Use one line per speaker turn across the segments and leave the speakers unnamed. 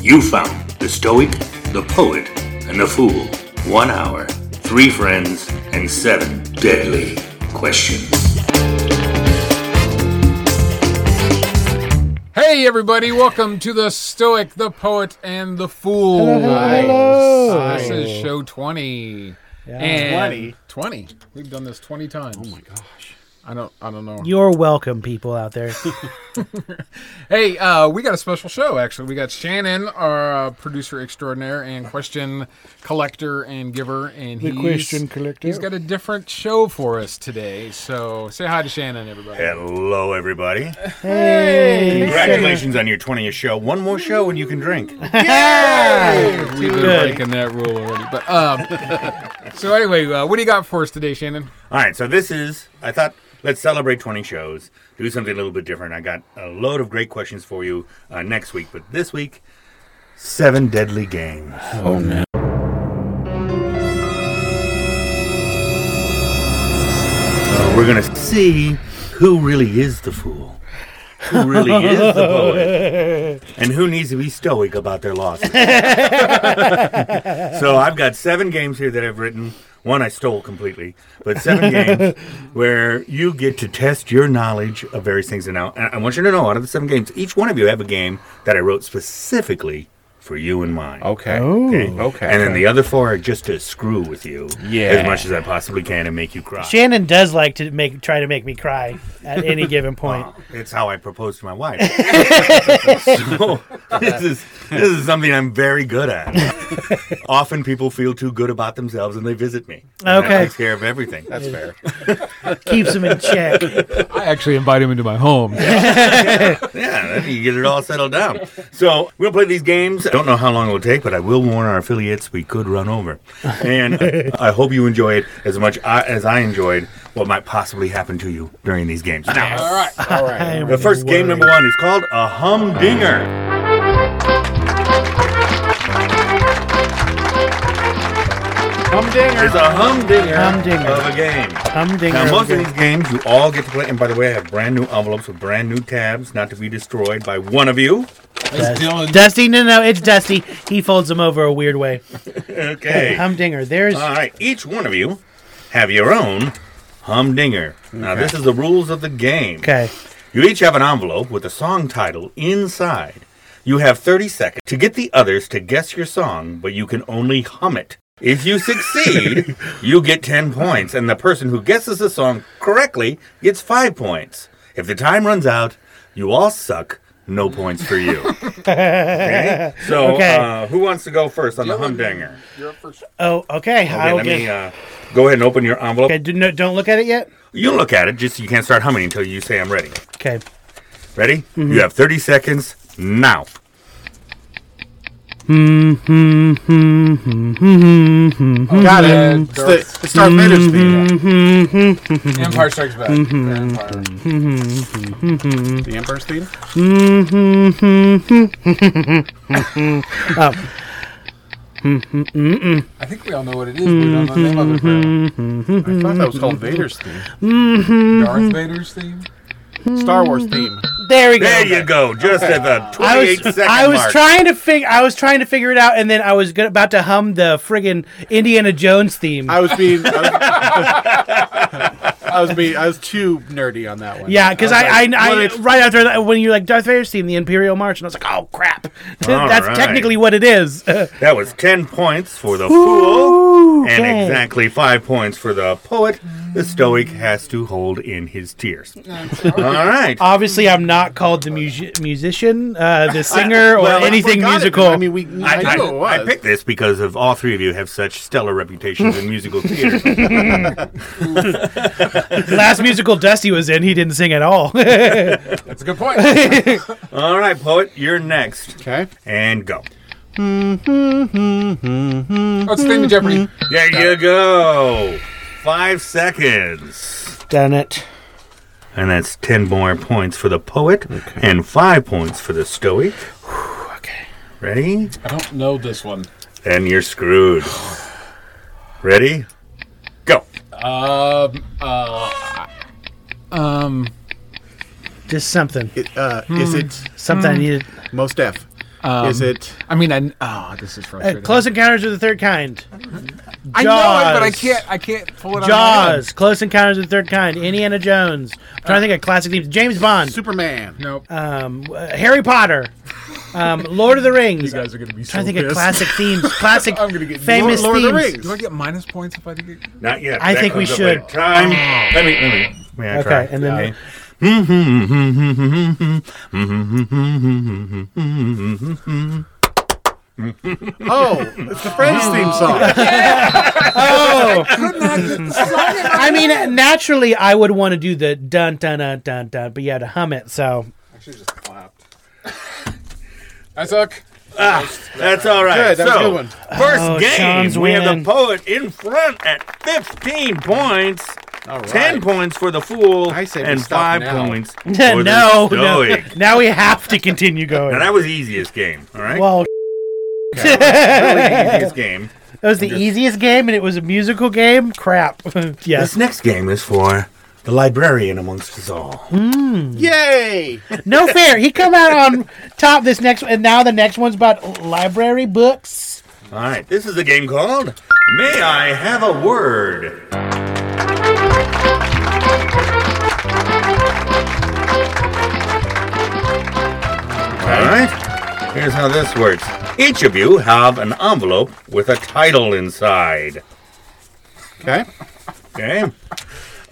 You found the Stoic, the Poet, and the Fool. One hour, three friends, and seven deadly questions.
Hey, everybody, welcome to The Stoic, The Poet, and The Fool.
hello.
This is show 20. And 20. We've done this 20 times. Oh, my gosh. I don't, I don't know.
You're welcome, people out there.
Hey, uh, we got a special show, actually. We got Shannon, our uh, producer extraordinaire and question collector and giver. And
The
he's,
question collector.
He's got a different show for us today. So say hi to Shannon, everybody.
Hello, everybody.
Hey,
Congratulations on your 20th show. One more show and you can drink.
We've been breaking that rule already. But um, So, anyway, uh, what do you got for us today, Shannon?
All right, so this is, I thought, let's celebrate 20 shows, do something a little bit different. I got a load of great questions for you uh, next week, but this week, seven deadly games. Oh, no. we're going to see who really is the fool. Who really is the poet? And who needs to be stoic about their losses? so I've got seven games here that I've written. One I stole completely, but seven games where you get to test your knowledge of various things. And now and I want you to know, out of the seven games, each one of you have a game that I wrote specifically for you in mind.
Okay.
Okay.
okay.
And then the other four are just to screw with you
Yeah.
as much as I possibly can and make you cry.
Shannon does like to make try to make me cry at any given point.
It's how I proposed to my wife. so this is this is something I'm very good at. Often people feel too good about themselves and they visit me. And
Okay.
That takes care of everything.
That's fair.
Keeps him in check.
I actually invite him into my home.
Yeah, then you get it all settled down. So we'll play these games. I don't know how long it will take, but I will warn our affiliates we could run over. And I hope you enjoy it as much I, as I enjoyed what might possibly happen to you during these games. Now,
All right.
All right.
the first game number one is called a humdinger.
Humdinger.
It's a humdinger,
Humdinger.
of a game.
Humdinger.
Now, most of these games you all get to play. And by the way, I have brand new envelopes with brand new tabs, not to be destroyed by one of you.
It's Dylan.
Dusty, no, no, it's Dusty. He folds him over a weird way.
Okay.
Humdinger, there's
all right. Each one of you have your own humdinger. Now, this is the rules of the game.
okay.
You each have an envelope with a song title inside. You have 30 seconds to get the others to guess your song, but you can only hum it. If you succeed, you get 10 points, and the person who guesses the song correctly gets 5 points. If the time runs out, you all suck. No points for you. okay? So,
Okay.
Uh, who wants to go first on the humdinger?
Oh, okay.
Okay,
I'll
let
get,
me uh, go ahead and open your envelope.
okay. Do, no, don't look at it yet.
You look at it, just you can't start humming until you say I'm ready.
Okay.
Ready?
Mm-hmm.
You have 30 seconds now.
Got it.
It's, the, it's Darth Vader's theme.
Empire Strikes Back. Empire.
The Emperor's theme.
Um, I think we all know what it is. We don't know the name of it. though.
I thought that was called Vader's theme.
Darth Vader's theme.
Star Wars theme.
There we go.
There you go. Just at the 28
I was I
second
was
mark.
trying to figure I was trying to figure it out, and then I was good, about to hum the friggin' Indiana Jones theme.
I was being. I was, I was being. I was too nerdy on that one.
yeah, because
was
I, I,
like,
I,
what if-
right after that when you like Darth Vader's theme, the Imperial March, and I was like, oh crap, that's
right.
technically what it is.
That was 10 points for the fool and exactly 5 points for the poet. The stoic has to hold in his tears. All right.
Obviously, I'm not called the musi- musician, uh, the singer, or
well, I
anything
forgot it.
musical.
I mean, we. I,
I,
knew it was.
I picked this because of all three of you have such stellar reputations in musical theater.
the last musical Dusty was in, he didn't sing at all.
That's a good point. All
All right, poet, you're next.
Okay.
And go.
right, Stand in Jeopardy.
There you go. 5 seconds.
Done it.
And that's 10 more points for the poet and 5 points for the stoic.
Okay.
Ready?
I don't know this one.
Then you're screwed. Ready? Go.
Um. Uh. Um.
Just something,
It, uh, Is it
Hmm.
something I needed.
most F?
Um,
is it?
I mean, I oh, this is
Uh,
frustrating.
Close Encounters of the Third Kind.
I know it, but I
Jaws.
can't. I can't pull it. out of my head.
Jaws, Close Encounters of the Third Kind, Indiana Jones. I'm trying to think of classic names. James Bond,
Superman.
Nope.
um, uh, Harry Potter, um, Lord of the Rings.
you guys are gonna be so
trying to think of
pissed.
classic themes, classic
I'm gonna get
famous
Lord, Lord
themes.
of the
Do I get minus points if I think? It,
Not yet.
I
That
think we
comes up
should.
later. Time. Let me. Let me. May I try?
Okay, and then
Oh, it's the French theme song.
I mean, naturally, I would want to do the dun dun dun dun dun, but you had to hum it. So
I suck.
That's all right.
Good, that was
so,
a good one.
First
Oh,
game,
Sean's
we have
winning.
the poet in front at 15 points.
All right.
10 points for the fool
I say we
and 5
stop now.
points for
no,
the
no,
stoic.
now we have to continue
Now,
going.
that was the easiest game, all right?
Well,
That was the easiest game.
that was the easiest game, and it was a musical game. Crap. yes.
This next game is for the librarian amongst us all.
Yay!
No fair. He come out on top this next, and now the next one's about library books.
All right, this is a game called May I Have a Word? All right, here's how this works each of you have an envelope with a title inside.
Okay.
Okay.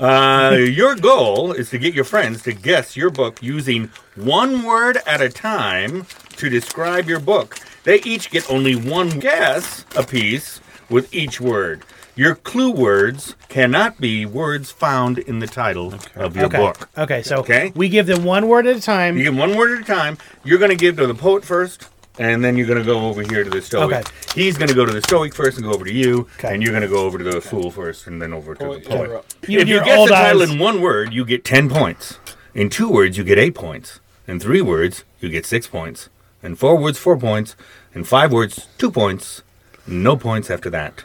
Uh, your goal is to get your friends to guess your book using one word at a time to describe your book. They each get only one guess apiece with each word. Your clue words cannot be words found in the title of your
Okay.
book.
Okay. So
Okay.
we give them one word at a time.
You give one word at a time. You're going to give to the poet first, and then you're going to go over here to the stoic.
Okay.
He's going to go to the stoic first and go over to you,
Okay.
and you're going to go over to the fool first and then over to the poet.
You
if
and
you
your
guess
old
the title
eyes.
in one word, you get 10 points. In two words, you get 8 points. In three words, you get 6 points. In four words, 4 points. In five words, 2 points. No points after that.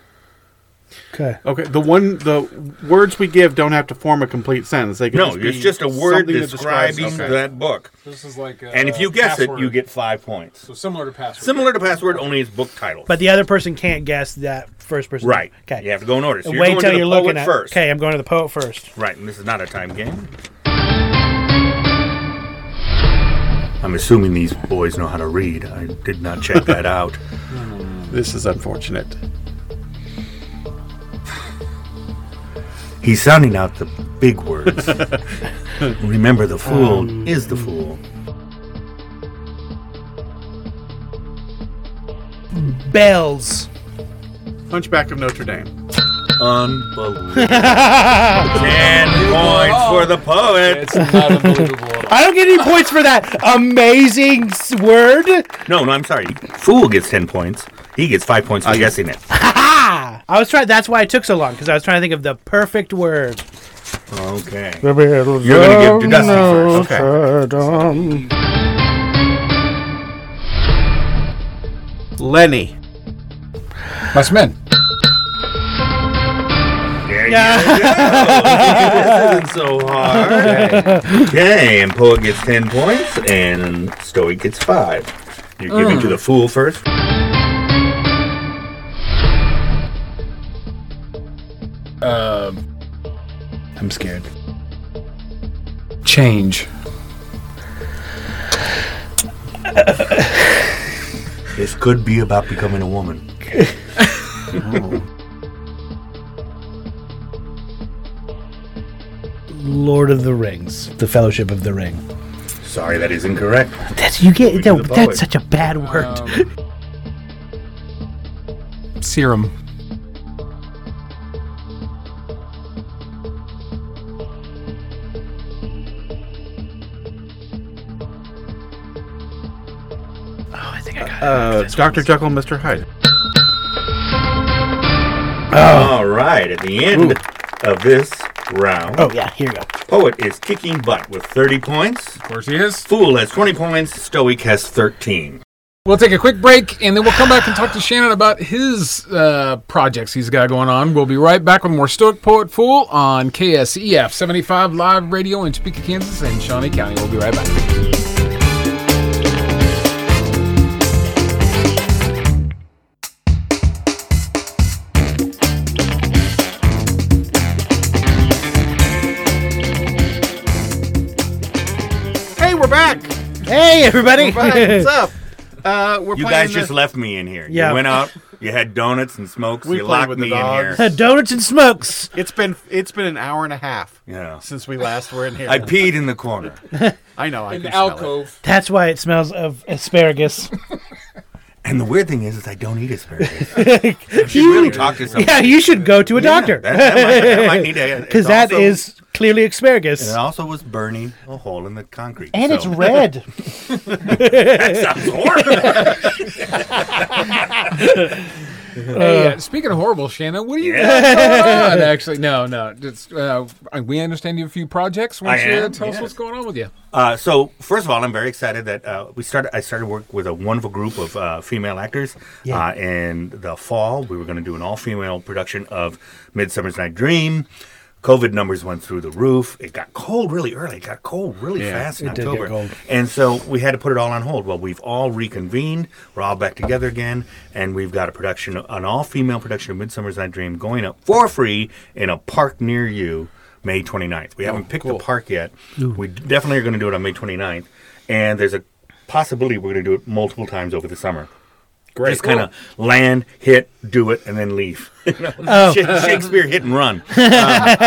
Okay.
Okay, the one the words we give don't have to form a complete sentence. They can
No,
just be
it's just a word
something that
describing
describes- okay.
that book.
This is like. Uh,
And if you guess it, you
password.
get 5 points.
so similar to password.
Similar to password, only it's book title.
But the other person can't guess that first person.
right.
Okay.
You have to go in order. So you're
Wait
going
till
to the
you're
poet
looking at.
first.
Okay, I'm going to the poet first.
Right, and this is not a time game. I'm assuming these boys know how to read. I did not check that out.
This is unfortunate.
He's sounding out the big words. Remember, the fool is the fool.
Bells.
Hunchback of Notre Dame.
Unbelievable. Ten points for the poet.
It's not unbelievable. at all.
I don't get any points for that amazing s- word.
No, no, I'm sorry. Fool gets ten points. He gets five points for guessing it.
Ah, I was trying. That's why it took so long because I was trying to think of the perfect word.
Okay. You're gonna give to Dusty first. Okay.
Lenny.
Must men.
There you go. this isn't so hard. Okay, and poet gets ten points, and stoic gets five. You give
Mm.
it to the fool first.
I'm scared. Change.
This could be about becoming a woman.
Lord of the Rings, The Fellowship of the Ring.
Sorry, that is incorrect.
That's you get.
We do
No,
the poet. Um,
that's such a bad word.
Serum.
I think I got it.
Uh, Dr. Jekyll and Mr. Hyde.
Ah.
All right, at the end of this round,
Oh yeah, here you go.
Poet is kicking butt with 30 points.
Of course he is.
Fool has 20 points. Stoic has 13.
We'll take a quick break and then we'll come back and talk to Shannon about his uh, projects he's got going on. We'll be right back with more Stoic Poet Fool on KSEF 75 Live Radio in Topeka, Kansas and Shawnee County. We'll be right back.
Hey, we're back.
Hey, everybody.
We're back. What's up? Uh, we're
You
playing
guys
the-
just left me in here.
Yeah.
You went out, you had donuts and smokes,
We
you
played
locked
with
me
the
in
dogs.
here.
Uh, Donuts and smokes.
It's been it's been an hour and a half
Yeah.
since we last were in here.
I peed in the corner.
I know. I
in the
can smell it.
alcove.
That's why it smells of asparagus.
And the weird thing is, is I don't eat asparagus.
You-
you really talk to somebody.
yeah, you should go to a doctor.
That, that might, that might need a
Because
it's
that
also-
is clearly asparagus.
It also was burning a hole in the concrete.
And it's
so-
red.
Sounds horrible.
Hey, uh, speaking of horrible, Shannon, what do you
Yeah.
got going on? Actually, no, no. Just, uh, we understand you have a few projects. Why don't
I
you uh,
am,
tell us
yes.
what's going on with you?
Uh, so first of all, I'm very excited that uh, we started. I started work with a wonderful group of uh, female actors. Uh, in the fall, we were going to do an all-female production of *Midsummer's Night Dream*. COVID numbers went through the roof. It got cold really early. It got cold really fast in
it did get
October,
cold.
and so we had to put it all on hold. Well, we've all reconvened. We're all back together again, and we've got a production, an all-female production of *Midsummer's Night Dream*, going up for free in a park near you. May 29th. We haven't picked the park yet. We definitely are going to do it on May 29th. And there's a possibility we're going to do it multiple times over the summer. Great. Just kind of land, hit, do it, and then leave.
Oh.
Sha- Shakespeare hit and run. Um,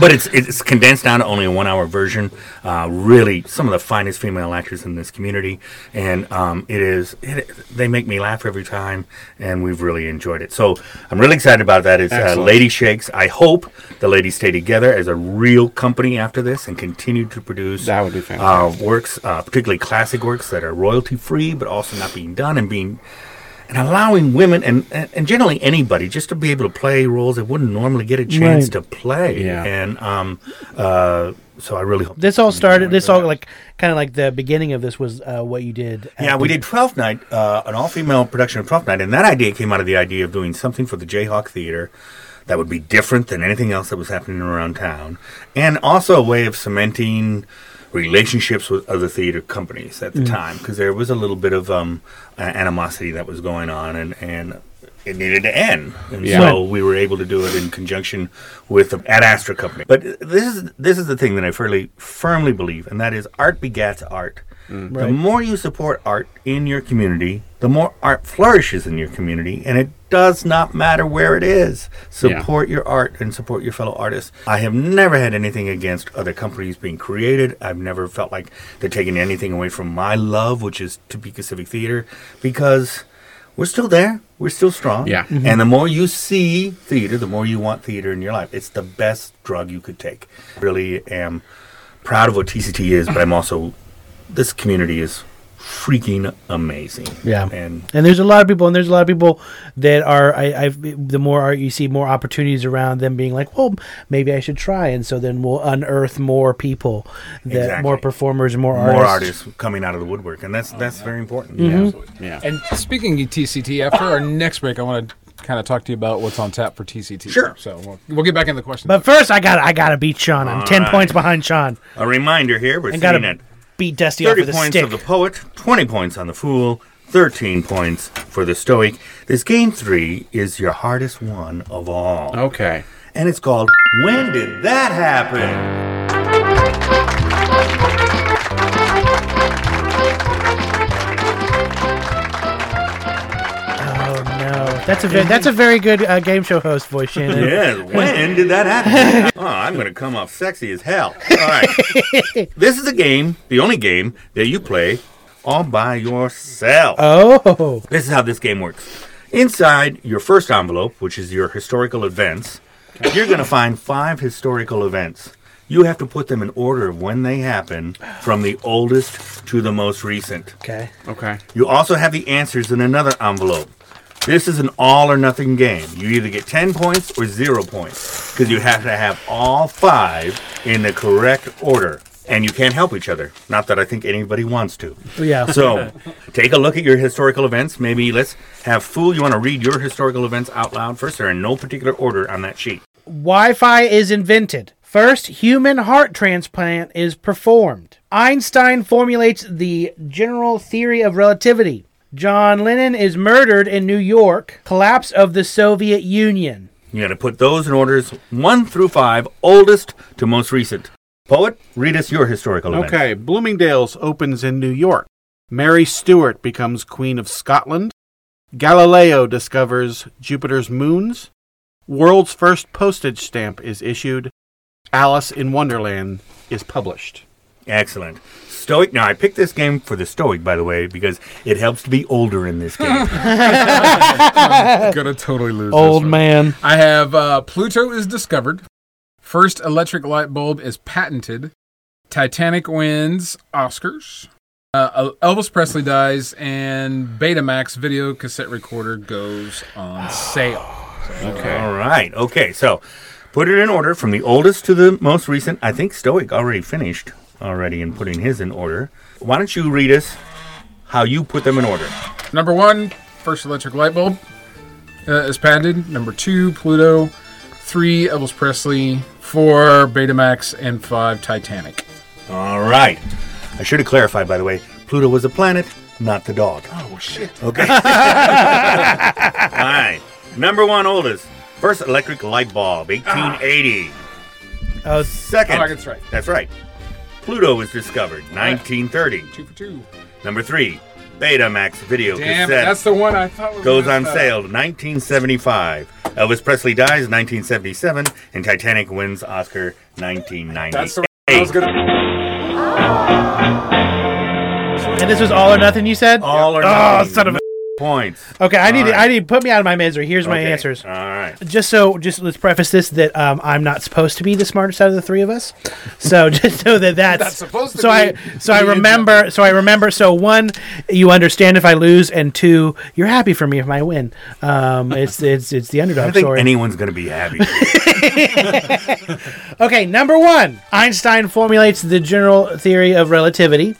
but it's it's condensed down to only a one hour version. Uh, really, some of the finest female actors in this community, and um, it is it, they make me laugh every time, and we've really enjoyed it. So I'm really excited about that. It's uh, Lady Shakes. I hope the ladies stay together as a real company after this and continue to produce
That would be fantastic.
uh, works, uh, particularly classic works that are royalty free, but also not being done and being and allowing women and, and and generally anybody just to be able to play roles they wouldn't normally get a chance
Right.
to play.
Yeah.
And um, uh, so I really hope
This all started, this all like kind of like the beginning of this was uh, what you did. at
Yeah, we
the-
did Twelfth Night, uh, an all-female production of Twelfth Night, and that idea came out of the idea of doing something for the Jayhawk Theater that would be different than anything else that was happening around town, and also a way of cementing relationships with other theater companies at the time because there was a little bit of um, a- animosity that was going on, and and it needed to end, and so we were able to do it in conjunction with the Ad Astra company. But this is this is the thing that I firmly firmly believe, and that is art begats art. The more you support art in your community, the more art flourishes in your community, and it does not matter where it is. Support your art and support your fellow artists. I have never had anything against other companies being created. I've never felt like they're taking anything away from my love, which is Topeka Civic Theater, because we're still there. We're still strong.
Yeah.
Mm-hmm.
Mhm.
And the more you see theater, the more you want theater in your life. It's the best drug you could take. Really am proud of what TCT is, but I'm also this community is freaking amazing.
Yeah.
And
And there's a lot of people, and there's a lot of people that are. I, I've the more art you see, more opportunities around them being like, well, maybe I should try, and so then we'll unearth more people, that more
Exactly.
performers, more
more
artists. Mm-hmm.
artists coming out of the woodwork, and that's that's very important.
Yeah.
And speaking of TCT, after our next break, I want to kind of talk to you about what's on tap for TCT.
Sure.
So we'll, we'll get back into the questions.
But first, I got I gotta beat Sean. I'm ten
Alright.
points behind Sean,
A reminder here: we're
and
sitting
gotta
at
beat Dusty off
thirty
with a
points
stick.
of the poet, twenty points on the fool, thirteen points for the stoic. This game three is your hardest one of all.
Oh.
Okay.
and it's called When Did That Happen?
oh no, that's a very, that's a very good uh, game show host voice, Shannon.
Yes, when did that happen? Oh, I'm going to come off sexy as hell. All right. this is a game, the only game that you play all by yourself.
Oh,
This is how this game works. Inside your first envelope, which is your historical events, you're going to find five historical events. You have to put them in order of when they happen from the oldest to the most recent.
okay.
Okay.
You also have the answers in another envelope. This is an all or nothing game. You either get 10 points or 0 points because you have to have all five in the correct order. And you can't help each other. Not that I think anybody wants to.
Yeah.
So take a look at your historical events. Maybe let's have Fool, you want to read your historical events out loud first. They're in no particular order on that sheet.
Wi-Fi is invented. First human heart transplant is performed. Einstein formulates the general theory of relativity. John Lennon is murdered in New York. Collapse of the Soviet Union.
You got to put those in orders 1 through 5, oldest to most recent. Poet, read us your historical event.
Okay, Bloomingdale's opens in New York. Mary Stuart becomes Queen of Scotland. Galileo discovers Jupiter's moons. World's first postage stamp is issued. Alice in Wonderland is published.
Excellent. Stoic. Now, I picked this game for the Stoic, by the way, because it helps to be older in this game.
Gonna totally lose. this
Old
one.
man.
I have uh, Pluto is discovered. First electric light bulb is patented. Titanic wins Oscars. Uh, Elvis Presley dies, and Betamax video cassette recorder goes on sale.
All right. Okay. So put it in order from the oldest to the most recent. I think Stoic already finished already in putting his in order. Why don't you read us how you put them in order?
Number one, first electric light bulb uh, is patented. Number two, Pluto. Three, Elvis Presley. Four, Betamax, and five, Titanic.
All right. I should have clarified, by the way, Pluto was a planet, not the dog.
Oh shit!
Okay. All right. Number one oldest. First electric light bulb, 1880.
Oh,
Second.
Ah. Oh, that's right.
That's right. Pluto was discovered, 1930.
Two for two.
Number three, Betamax video
Damn,
cassette.
that's the one I thought was
goes
gonna
on
stop.
sale 1975. Elvis Presley dies 1977, and Titanic wins Oscar 1998.
That's the one I was gonna.
And this was all or nothing. You said.
All or
Oh,
nothing.
son of a.
points.
Okay, I need.
All right.
I need. Put me out of my misery. Here's my
Okay.
answers.
All right.
Just so, just let's preface this that um, I'm not supposed to be the smartest out of the three of us. So just so that that's
That's supposed to
so
be
I so I
the-
remember so I remember so one you understand if I lose and two you're happy for me if I win. Um, it's it's it's the
I
underdog
don't think
story.
anyone's going to be happy.
Okay, number one, Einstein formulates the general theory of relativity.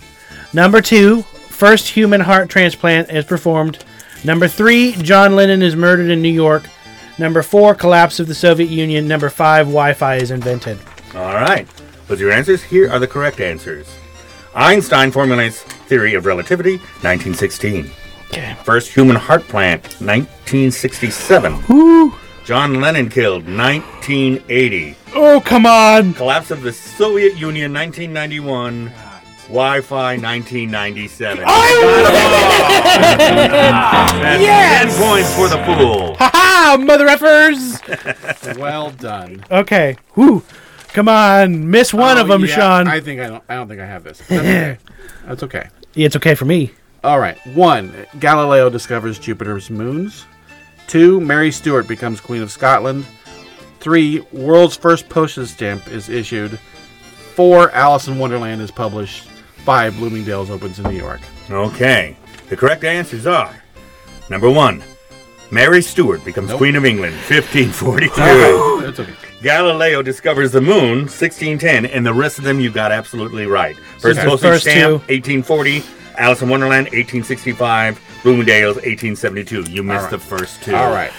Number two, first human heart transplant is performed. Number three, John Lennon is murdered in New York. Number four, collapse of the Soviet Union. Number five, Wi Fi is invented.
All right. With your answers, here are the correct answers. Einstein formulates theory of relativity, 1916.
Okay.
First human heart plant, 1967. John Lennon killed, 1980.
Oh, come on.
Collapse of the Soviet Union, 1991. Wi-Fi, 1997.
Oh!
Ten
Yes!
points for the fool.
Ha, mother effers.
Well done. Oh,
Okay. Whew. Come on. Miss one
One
of them, Sean.
I think I don't. I don't think I have this. That's okay. That's okay.
it's okay for me.
All right. One, Galileo discovers Jupiter's moons. Two, Mary Stuart becomes Queen of Scotland. Three, world's first postage stamp is issued. Four, Alice in Wonderland is published. Five, Bloomingdale's opens in New York.
Okay. The correct answers are number one, Mary Stuart becomes Queen of England, 1542.
That's okay.
Galileo discovers the moon, 1610, and the rest of them you got absolutely right. First
the
postage
first
stamp,
two.
1840. Alice in Wonderland, 1865. Bloomingdale's, 1872. You missed the first two.
All right.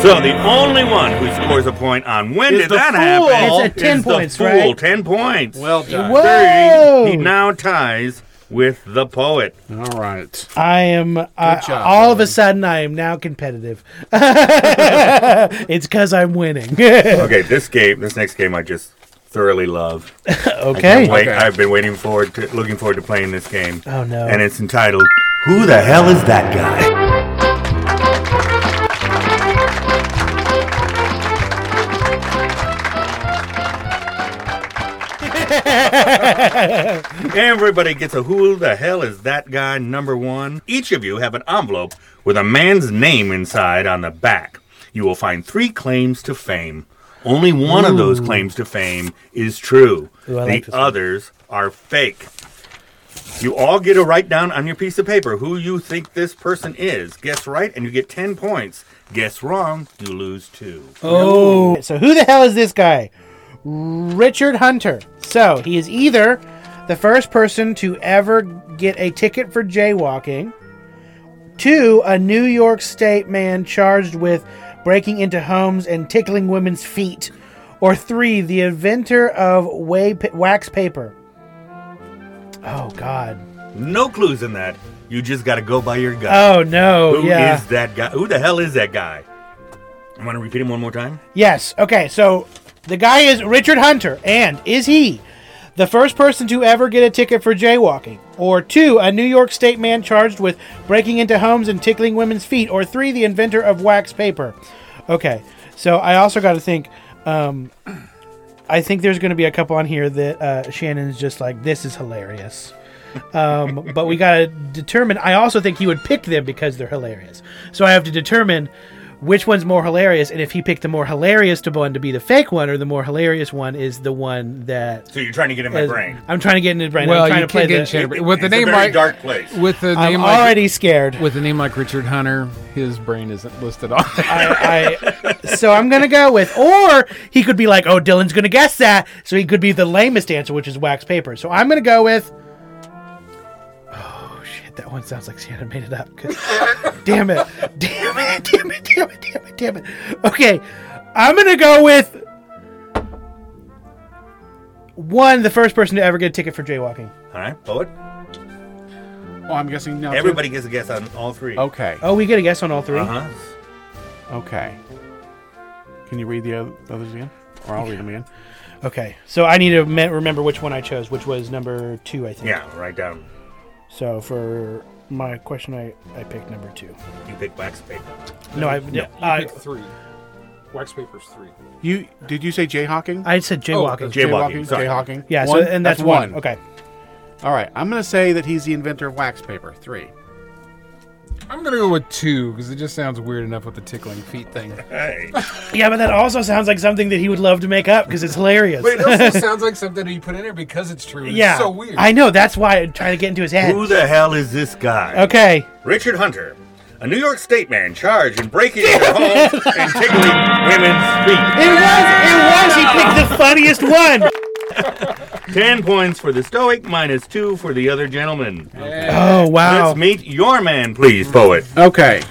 So the only one who scores a point on when
Is
did
the
that
fool.
happen?
It's a 10
is
points,
the fool,
right?
Ten points.
Well done.
Whoa!
he now ties with the poet.
All right.
I am. I,
job,
all of a
Alan.
sudden, I am now competitive. it's because I'm winning.
Okay, this game, this next game, I just thoroughly love.
okay.
Wait,
Okay.
I've been waiting forward to, looking forward to playing this game.
Oh, no.
And it's entitled "Who the Hell Is That Guy?" Everybody gets a "Who the hell is that guy?" number one. Each of you have an envelope with a man's name inside on the back. You will find three claims to fame. Only one of those claims to fame is true.
Ooh, I
the
like this one.
others are fake. You all get to write down on your piece of paper who you think this person is. Guess right, and you get 10 points. Guess wrong, you lose two.
Oh. So who the hell is this guy? Richard Hunter. So he is either the first person to ever get a ticket for jaywalking, two, a New York State man charged with breaking into homes and tickling women's feet, or three, the inventor of way pa- wax paper. Oh God.
No clues in that. You just got to go by your gut.
Oh no.
Who is
yeah.
that guy? Who the hell is that guy? I'm going to repeat him one more time.
Yes. Okay. So The guy is Richard Hunter, and is he the first person to ever get a ticket for jaywalking? Or two, a New York State man charged with breaking into homes and tickling women's feet? Or three, the inventor of wax paper? Okay, so I also got to think. Um, I think there's going to be a couple on here that uh, Shannon's just like, this is hilarious. Um, but we got to determine. I also think he would pick them because they're hilarious. So I have to determine which one's more hilarious, and if he picked the more hilarious to one to be the fake one, or the more hilarious one is the one that.
So you're trying to get in my brain.
I'm trying to get into his brain.
well,
I'm trying
you
to play
can't get
the-
Chandler-
It-
with the
it's a
name
very
like
dark place.
With the
I'm
name
already
like
scared.
with a name like Richard Hunter, his brain isn't listed on. there.
I, I, so I'm gonna go with, or he could be like, "Oh, Dylan's gonna guess that," so he could be the lamest answer, which is wax paper. So I'm gonna go with. Oh shit, that one sounds like Shannon made it up. 'cause- damn it! Damn it! Damn it! Damn it! Damn it! Damn it! Okay, I'm gonna go with one, the first person to ever get a ticket for jaywalking.
All right, poet.
Oh, I'm guessing now. too?
Everybody gets a guess on all three.
Okay.
Oh, we get a guess on all 3
Uh-huh.
Okay. Can you read the oth- others again? Or I'll read them again.
Okay, so I need to me- remember which one I chose, which was number two, I think.
Yeah, write down.
So for my question, I, I picked number two.
You pick wax paper.
No, I I,
three. Wax paper's three.
You did you say jayhawking?
I said jaywalking.
Jay- Jaywalking, sorry.
Jayhawking.
yeah, so
One?
and that's, one. Okay,
All right. I'm gonna say that he's the inventor of wax paper. Three.
I'm gonna go with two because it just sounds weird enough with the tickling feet thing.
Hey.
yeah, but that also sounds like something that he would love to make up because it's hilarious.
But it also sounds like something that you put in there because it's true. and
yeah,
it's so weird.
I know. That's why I'm trying to get into his head.
Who the hell is this guy?
okay,
Richard Hunter, a New York State man charged in breaking into homes and tickling women's
it was it was. He picked the funniest one.
feet. Ten points for the Stoic, minus two for the other gentleman.
Oh wow.
Let's meet your man, please, poet.
Okay.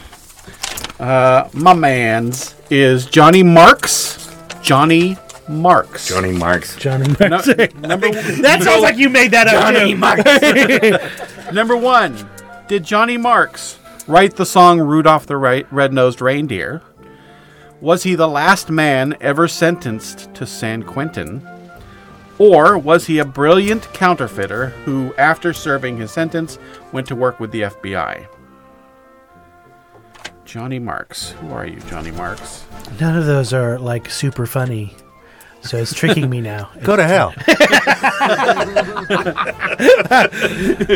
Uh, my man's is Johnny Marks. Johnny Marks.
Johnny Marks.
Johnny
No- number
That sounds like you made that up
Johnny
too.
Marks.
number one. Did Johnny Marks write the song "Rudolph the Ra- Red-Nosed Reindeer"? Was he the last man ever sentenced to San Quentin? Or was he a brilliant counterfeiter who, after serving his sentence, went to work with the FBI? Johnny Marks. Who are you, Johnny Marks?
None of those are like super funny, so it's tricking me now.
Go to hell.
So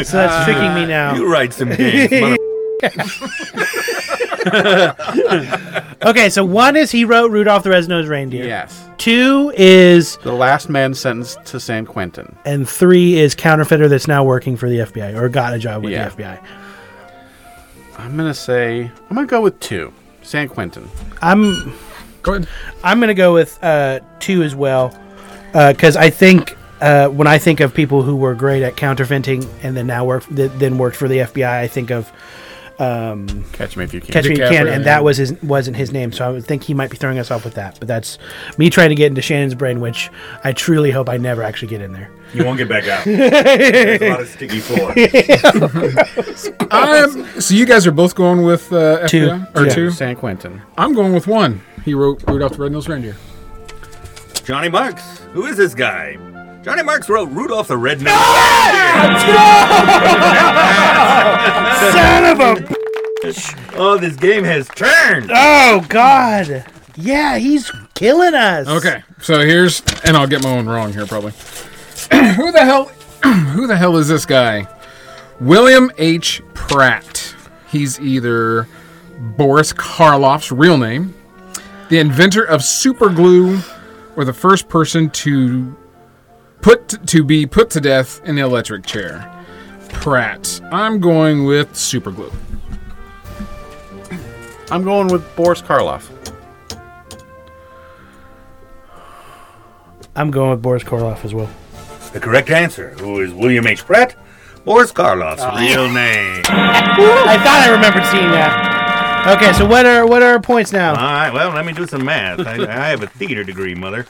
that's tricking me now.
You write some games, mother-
Okay, so one is he wrote Rudolph the Red-Nosed Reindeer.
Yes.
Two is
The last man sentenced to San Quentin.
and three is counterfeiter that's now working for the FBI or got a job with
Yeah.
the FBI.
I'm gonna say I'm gonna go with two. San Quentin.
I'm
go ahead.
I'm gonna go with uh, two as well because I think uh, when I think of people who were great at counterfeiting and then now work th- then worked for the FBI, I think of um,
Catch me if you can.
Catch Me If You Can,
DiCaprio.
and that was his wasn't his name, so I would think he might be throwing us off with that. But that's me trying to get into Shannon's brain, which I truly hope I never actually get in there.
You won't get back out. There's a lot of sticky floor.
I'm, so you guys are both going with uh,
Two.
FBI? or
Yeah.
two.
San Quentin.
I'm going with one. He wrote Rudolph the Red-Nosed Reindeer.
Johnny Marks. Who is this guy? Johnny Marks wrote Rudolph the Red-Nosed.
Son of a
Oh, this game has turned.
oh god, yeah, he's killing us.
Okay, so here's, and I'll get my own wrong here probably. who the hell, who the hell is this guy? William H. Pratt. He's either Boris Karloff's real name, the inventor of super glue, or the first person to put to be put to death in the electric chair. Pratt. I'm going with super glue.
I'm going with Boris Karloff.
I'm going with Boris Karloff as well.
The correct answer, who is William H. Pratt, Boris Karloff's real name.
I thought I remembered seeing that. Okay, so what are what are our points now?
All right, well, let me do some math. I, I have a theater degree, mother.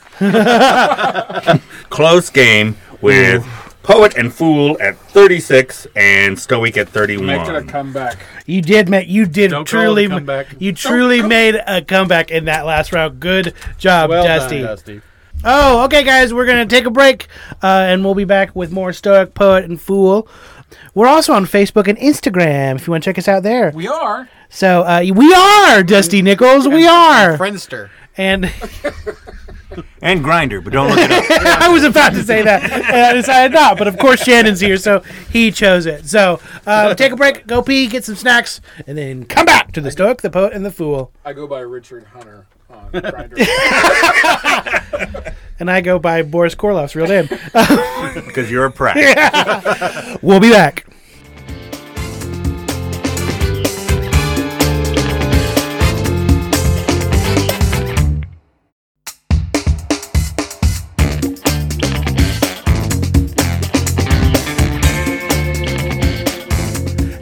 Close game with Poet and Fool at 36 and Stoic at 31.
comeback.
You did make you did
Don't call it a
truly ma-
comeback.
you truly made a comeback in that last round. Good job, Dusty.
Dusty.
Oh, okay, guys, we're going to take a break uh, and we'll be back with more Stoic Poet and Fool. We're also on Facebook and Instagram if you want to check us out there.
We are.
So uh, we are Dusty Nichols. We are.
Friendster.
And
And grinder, but don't look at it. up.
I was about to say that. And I decided not. But of course, Shannon's here, so he chose it. So uh, take a break, go pee, get some snacks, and then come back to the Stoic, the Poet, and the Fool.
I go by Richard Hunter on Grindr.
And I go by Boris Korloff's real name.
because you're a prat.
we'll be back.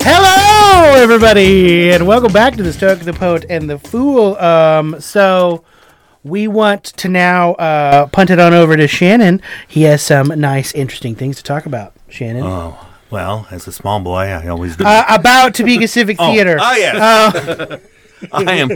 Hello, everybody, and welcome back to the Stoic, the Poet, and the Fool. Um, so we want to now uh, punt it on over to Shannon. He has some nice, interesting things to talk about. Shannon,
oh, well, as a small boy, I always do.
uh, about Topeka Civic Theater. Uh,
Oh, yes. I am.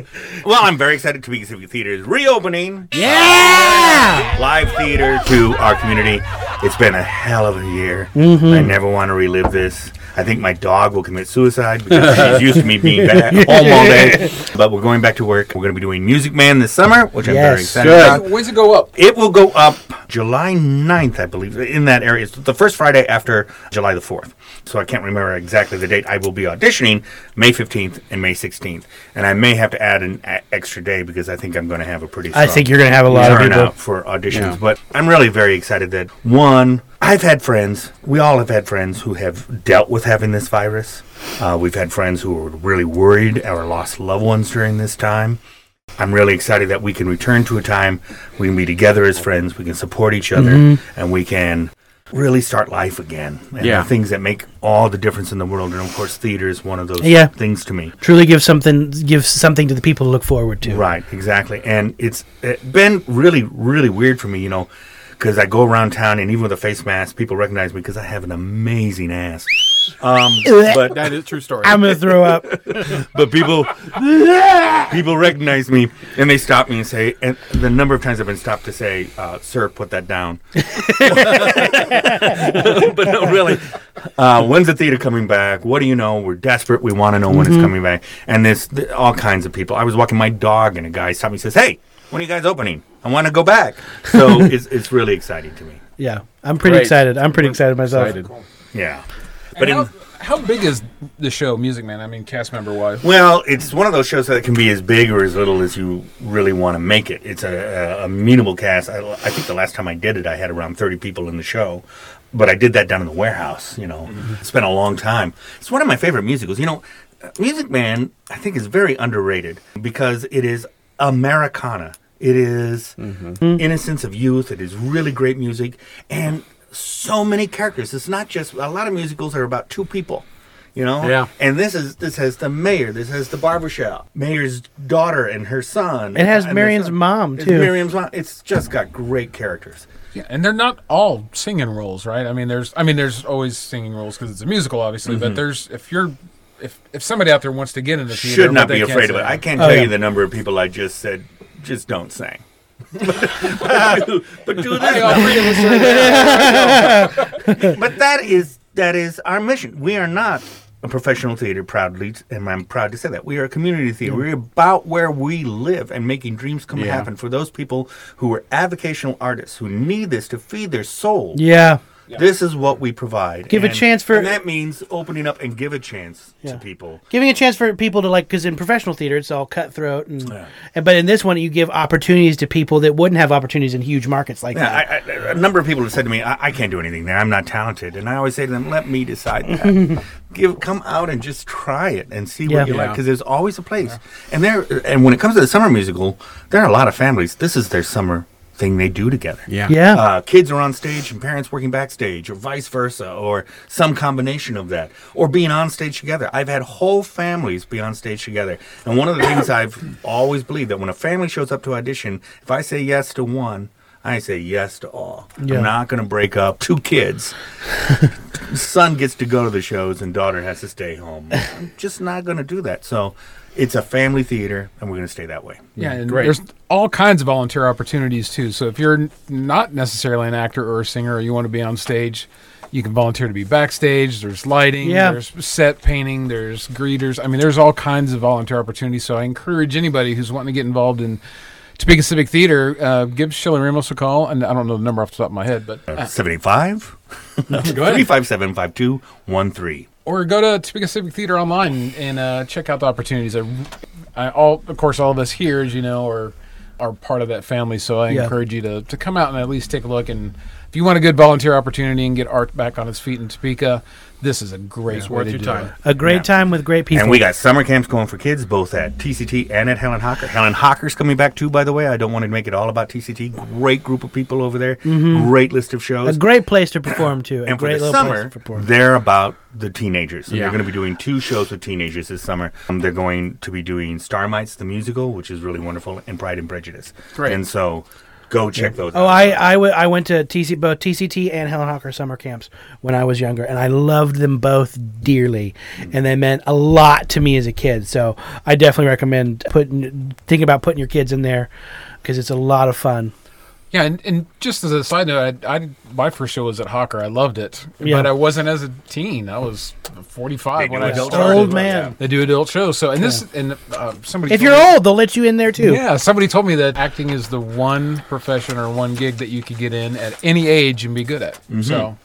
Well, I'm very excited. Topeka Civic Theater is reopening.
yeah,
live theater to our community. It's been a hell of a year.
Mm-hmm.
I never want to relive this. I think my dog will commit suicide because she's used to me being back at home all day. But we're going back to work. We're going to be doing Music Man this summer, which I'm
Yes.
very excited
Good.
about.
When's it go up?
It will go up July 9th, I believe, in that area. It's the first Friday after July the 4th. So I can't remember exactly the date. I will be auditioning May 15th and May 16th. And I may have to add an a- extra day because I think I'm going to have a pretty
I
strong
think you're gonna have a lot of
turn
people.
out for auditions. But I'm really very excited that one, I've had friends, we all have had friends who have dealt with having this virus. Uh, we've had friends who were really worried or lost loved ones during this time. I'm really excited that we can return to a time we can be together as friends, we can support each other,
Mm-hmm.
and we can really start life again. And
Yeah.
the things that make all the difference in the world. And of course, theater is one of those
Yeah.
things to me.
Truly, give something, give something to the people to look forward to.
Right, exactly. And it's it been really, really weird for me, you know, because I go around town and even with a face mask, people recognize me because I have an amazing ass. Um, but
That is a true story.
I'm gonna throw up.
but people people recognize me and they stop me and say, and the number of times I've been stopped to say, uh, "Sir, put that down." but no, really, uh, when's the theater coming back? What do you know? We're desperate. We want to know when it's coming back. And this, th- all kinds of people. I was walking my dog, and a guy stopped me and says, "Hey, when are you guys opening? I want to go back." So it's it's really exciting to me.
yeah, I'm pretty
Great.
excited. I'm pretty excited myself.
Excited.
Yeah.
But
in-
how, how big is the show, Music Man? I mean, cast member wise.
Well, it's one of those shows that can be as big or as little as you really want to make it. It's a, a amenable cast. I, I think the last time I did it, I had around 30 people in the show, but I did that down in the warehouse. You know, it's been a long time. It's one of my favorite musicals. You know, Music Man, I think, is very underrated because it is Americana. It is Mm-hmm. innocence of youth. It is really great music and so many characters. It's not just a lot of musicals are about two people. You know,
Yeah.
and this is this has the mayor. This has the barbershop. Mayor's daughter and her son.
It has
and their
Marion's
son.
mom,
It's
too.
Marion's mom. It's just got great characters.
Yeah, and they're not all singing roles, right? I mean, there's I mean, there's always singing roles because it's a musical, obviously.
Mm-hmm.
But there's if you're if if somebody out there wants to get in the theater,
Should not
but
be
they can't
afraid of
sing.
it. I can't
Oh,
tell
yeah.
you the number of people I just said just don't sing. but, do, but do this.
Hey, all three of us are-
but that is that is our mission. We are not a professional theater proudly, and I'm proud to say that we are a community theater. We're about where we live and making dreams come
Yeah.
happen for those people who are avocational artists who need this to feed their soul.
Yeah,
This is what we provide.
Give a
And-
chance for-
and that means opening up and give a chance
Yeah.
to people.
giving a chance for people to like, because in professional theater it's all cutthroat, and,
Yeah.
and but in this one you give opportunities to people that wouldn't have opportunities in huge markets like
Yeah,
that.
I, I, a number of people have said to me, I, "I can't do anything there. I'm not talented," and I always say to them, "Let me decide that. Give, come out and just try it and see
Yeah.
what you like,
Yeah.
because there's always a place." And there, and when it comes to the summer musical, there are a lot of families. This is their summer thing they do together.
Yeah.
yeah,
Uh, kids are on stage and parents working backstage, or vice versa, or some combination of that, or being on stage together. I've had whole families be on stage together. And one of the things I've always believed that when a family shows up to audition, if I say yes to one, I say yes to all.
Yeah.
I'm not going to break up two kids. Son gets to go to the shows and daughter has to stay home. I'm just not going to do that. So It's a family theater, and we're going to stay that way.
Yeah, and
great.
there's all kinds of volunteer opportunities too. So if you're n- not necessarily an actor or a singer, or you want to be on stage, you can volunteer to be backstage. There's lighting,
Yeah.
there's set painting, there's greeters. I mean, there's all kinds of volunteer opportunities. So I encourage anybody who's wanting to get involved in Topeka Civic Theater, uh, give Shelly Ramos a call. And I don't know the number off the top of my head, but uh,
75
go ahead.
357 5213.
Or go to Topeka Civic Theater online and uh, check out the opportunities. I, I all, of course, all of us here, as you know, are are part of that family. So I
Yeah.
encourage you to, to come out and at least take a look. And if you want a good volunteer opportunity and get art back on its feet in Topeka, this is a great way
worth
to
your
do
time.
it.
A great time with great people.
And we got summer camps going for kids, both at TCT and at Helen Hocker. Helen Hocker's coming back too, by the way. I don't want to make it all about TCT. Great group of people over there. Great list of
Mm-hmm. a
shows.
great place to perform to. A
and for
great
the
little
summer,
place to perform.
they're about the teenagers. So
Yeah.
they're going to be doing two shows with teenagers this summer. Um, they're going to be doing Star Mites, the musical, which is really wonderful, and Pride and Prejudice.
Great.
And so go check those
Oh,
out.
I I, w- I went to TC both TCT and Helen Hawker summer camps when I was younger, and I loved them both dearly, and they meant a lot to me as a kid. So I definitely recommend putting think about putting your kids in there because it's a lot of fun.
Yeah, and, and just as a side note, I, I my first show was at Hawker. I loved it,
Yeah.
but I wasn't as a teen. I was 45
They
when
do
I
adult
started.
Old man.
They do adult shows. So and this and uh, somebody
If
told
you're
me-
old, they'll let you in there too.
Yeah, somebody told me that acting is the one profession or one gig that you could get in at any age and be good at.
Mm-hmm.
So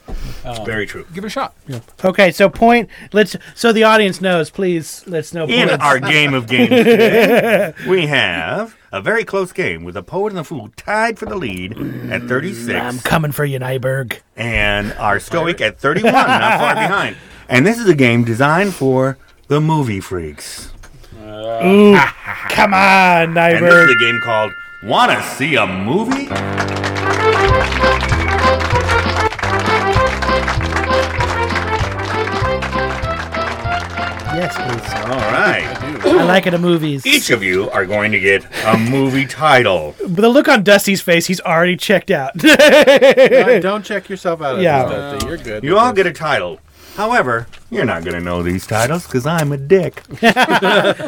Very true.
give it a shot.
Okay, so point. Let's so the audience knows. Please, let's know.
In
points.
our game of games today, we have a very close game with the poet and the fool tied for the lead at 36
I'm coming for you, Nyberg.
and our stoic at 31, not far behind. And this is a game designed for the movie freaks.
Come on,
And this is
Nyberg.
a game called Wanna See a Movie?
Yes, please.
All right.
I like it in movies.
Each of you are going to get a movie title.
But the look on Dusty's face, he's already checked out.
No, don't check yourself out.
Yeah.
Yeah, Dusty. you're good.
You all get a title. However, you're not going to know these titles because I'm a dick.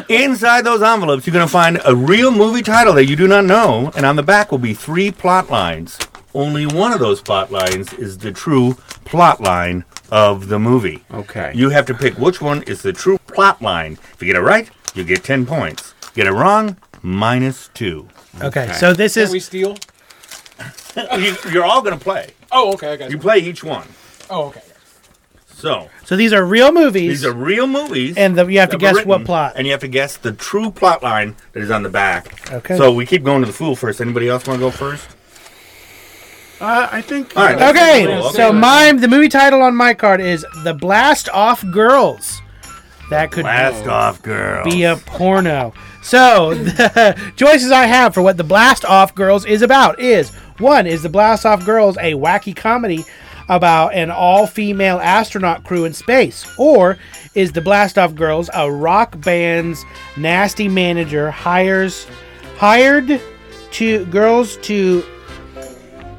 Inside those envelopes, you're going to find a real movie title that you do not know, and on the back will be three plot lines. Only one of those plot lines is the true plot line of the movie.
Okay.
You have to pick which one is the true plot line. If you get it right, you get 10 points. Get it wrong, minus two.
okay, so this is
steal?
You- You're all going to play.
Oh, okay, I got
You play each one.
Oh, okay.
So,
So these are real movies,
these are real movies.
and the, you have to
that
guess
were
what
written,
plot.
and you have to guess the true plot line that is on the back.
Okay.
So we keep going to the fool first. Anybody else want to go first?
Uh, I think.
All right.
okay,
Cool,
so my the movie title on my card is "The Blast Off Girls." That could
Blast off, girl.
be a porno. So the choices I have for what "The Blast Off Girls" is about is one is "The Blast Off Girls" a wacky comedy about an all-female astronaut crew in space, or is "The Blast Off Girls" a rock band's nasty manager hires hired to girls to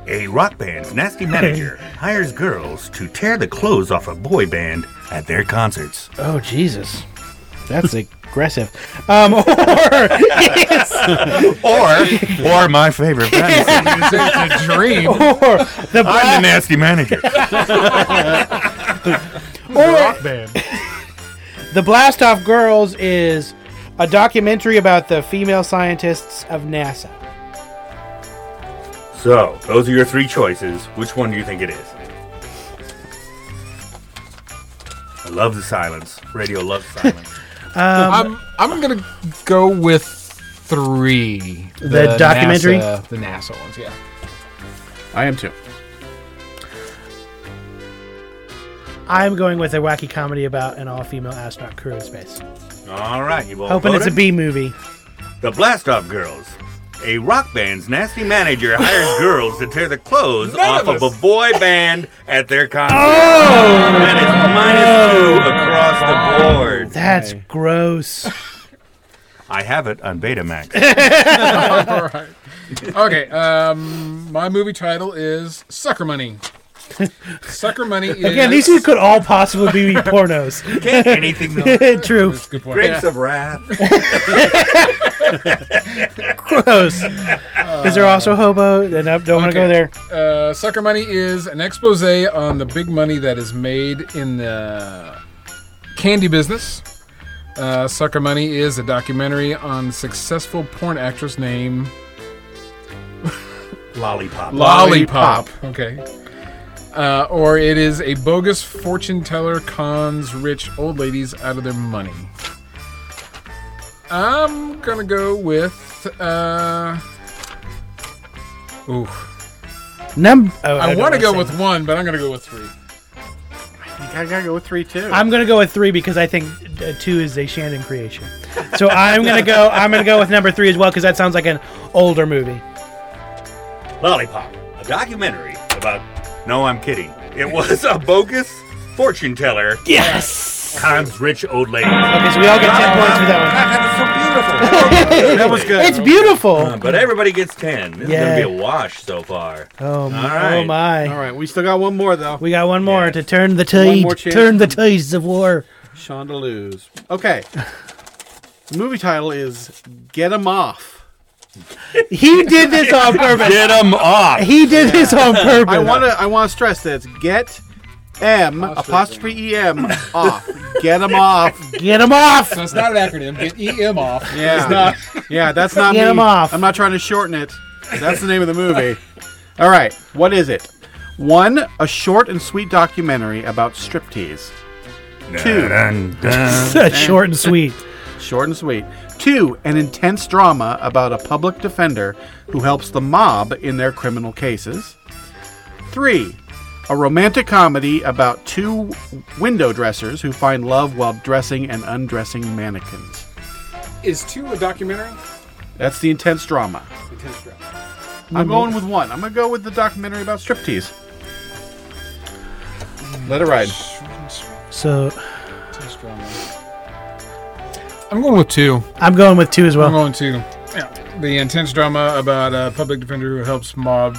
A rock band's nasty manager hires girls to tear the clothes off a boy band at their concerts.
Oh Jesus, that's aggressive. Um, or it's-
Or, or my favorite fantasy.
It's a dream.
or the
I'm the
bla-
nasty manager.
or
Band.
the blast off girls is a documentary about the female scientists of NASA.
So those are your three choices. Which one do you think it is? I love the silence. Radio loves silence.
Um,
I'm I'm gonna go with three. The,
documentary?
NASA, the NASA ones. Yeah.
I am too.
I'm going with a wacky comedy about an all-female astronaut crew in space.
All right, you all
Hoping it's a
voted?
B movie.
The Blastoff Girls. A rock band's nasty manager hires girls to tear the clothes off
of
of a boy band at their concert. That is minus two across the board.
That's gross.
I have it on Betamax.
All right. Okay. Um, my movie title is Sucker Money. Sucker money is.
Again, these two could all possibly be pornos.
Can't anything though.
True.
That's a good point.
Grapes of wrath.
Gross. is there also hobo? Uh, Nope, don't want to go there.
Uh, Sucker Money is an expose on the big money that is made in the candy business. Uh, Sucker Money is a documentary on successful porn actress named
Lollipop.
Lollipop. Okay. Uh, or it is a bogus fortune teller cons rich old ladies out of their money. I'm gonna go with. Uh, ooh,
Num- oh,
I want
don't
to
wanna
go
say.
with one, but I'm gonna go with three.
I gotta go with three too.
I'm gonna go with three because I think uh, two is a Shannon creation. So I'm gonna go. I'm gonna go with number three as well because that sounds like an older movie.
Lollipop, a documentary about. No, I'm kidding. It was a bogus fortune teller. Yes. Cons rich old lady.
Okay, so we all get ten points for that
that was so beautiful.
that was
one.
good.
It's beautiful.
But everybody gets ten. This is
Yeah.
gonna be a wash so far.
Oh,
All
my!
right.
oh my!
All right, we still got one more though.
We got one more
Yeah.
to turn the
One
tide.
more chance.
Turn the tides of war.
Chandelus. Okay. the movie title is Get 'Em Off.
He did this on purpose.
Get them off.
He did this on purpose.
I want to. I want to stress that it's Get M apostrophe E M off. Get 'Em Off.
get him off.
Oh,
So it's not an acronym. Get EM off.
Yeah.
It's not.
Yeah, that's not
Get
me.
'em off.
I'm not trying to shorten it. That's the name of the movie. All right, what is it? One, a short and sweet documentary about striptease. Two,
Short and sweet.
short and sweet. Two, an intense drama about a public defender who helps the mob in their criminal cases. Three, a romantic comedy about two window dressers who find love while dressing and undressing mannequins.
Is two a documentary?
That's the intense drama. I'm going with one. I'm going to go with the documentary about striptease. Let it ride.
So
I'm going with two.
I'm going with two as
I'm
Oh.
well.
going two. Yeah. The intense drama about a public defender who helps mob.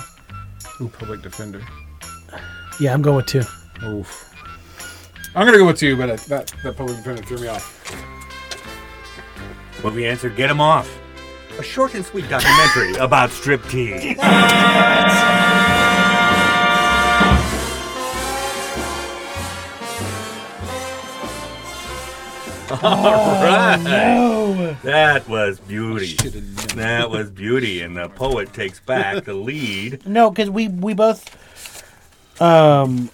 Who public defender?
Yeah, I'm going with two.
Oof. I'm gonna go with two, but I, that that public defender threw me off.
What we answer? Get them off. A short and sweet documentary about striptease. All
Oh,
right. That was beauty. That was beauty, and the poet takes back the lead.
No, because we we both. um,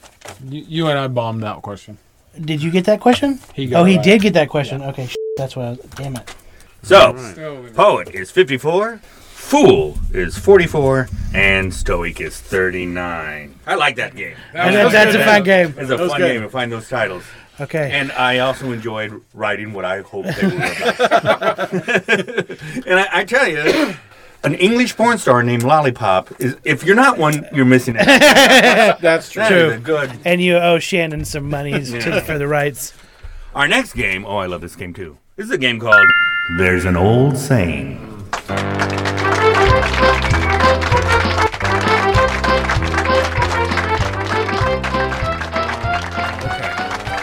You, you and I bombed that question.
Did you get that question?
He got
oh, he
it right.
did get that question. Okay, sh- that's what I was. Damn it.
So,
Oh,
poet is 54, fool is 44, and stoic is 39. I like that game.
And that, that's a fun game.
It's a
was
fun
good.
game to find those titles.
Okay.
And I also enjoyed writing what I hoped they were about. and I, I tell you, an English porn star named Lollipop is, if you're not one, you're missing out. That
That's true.
is
True.
a good.
And you owe Shannon some monies to, for the rights.
Our next game, oh, I love this game too. This is a game called There's an Old Saying.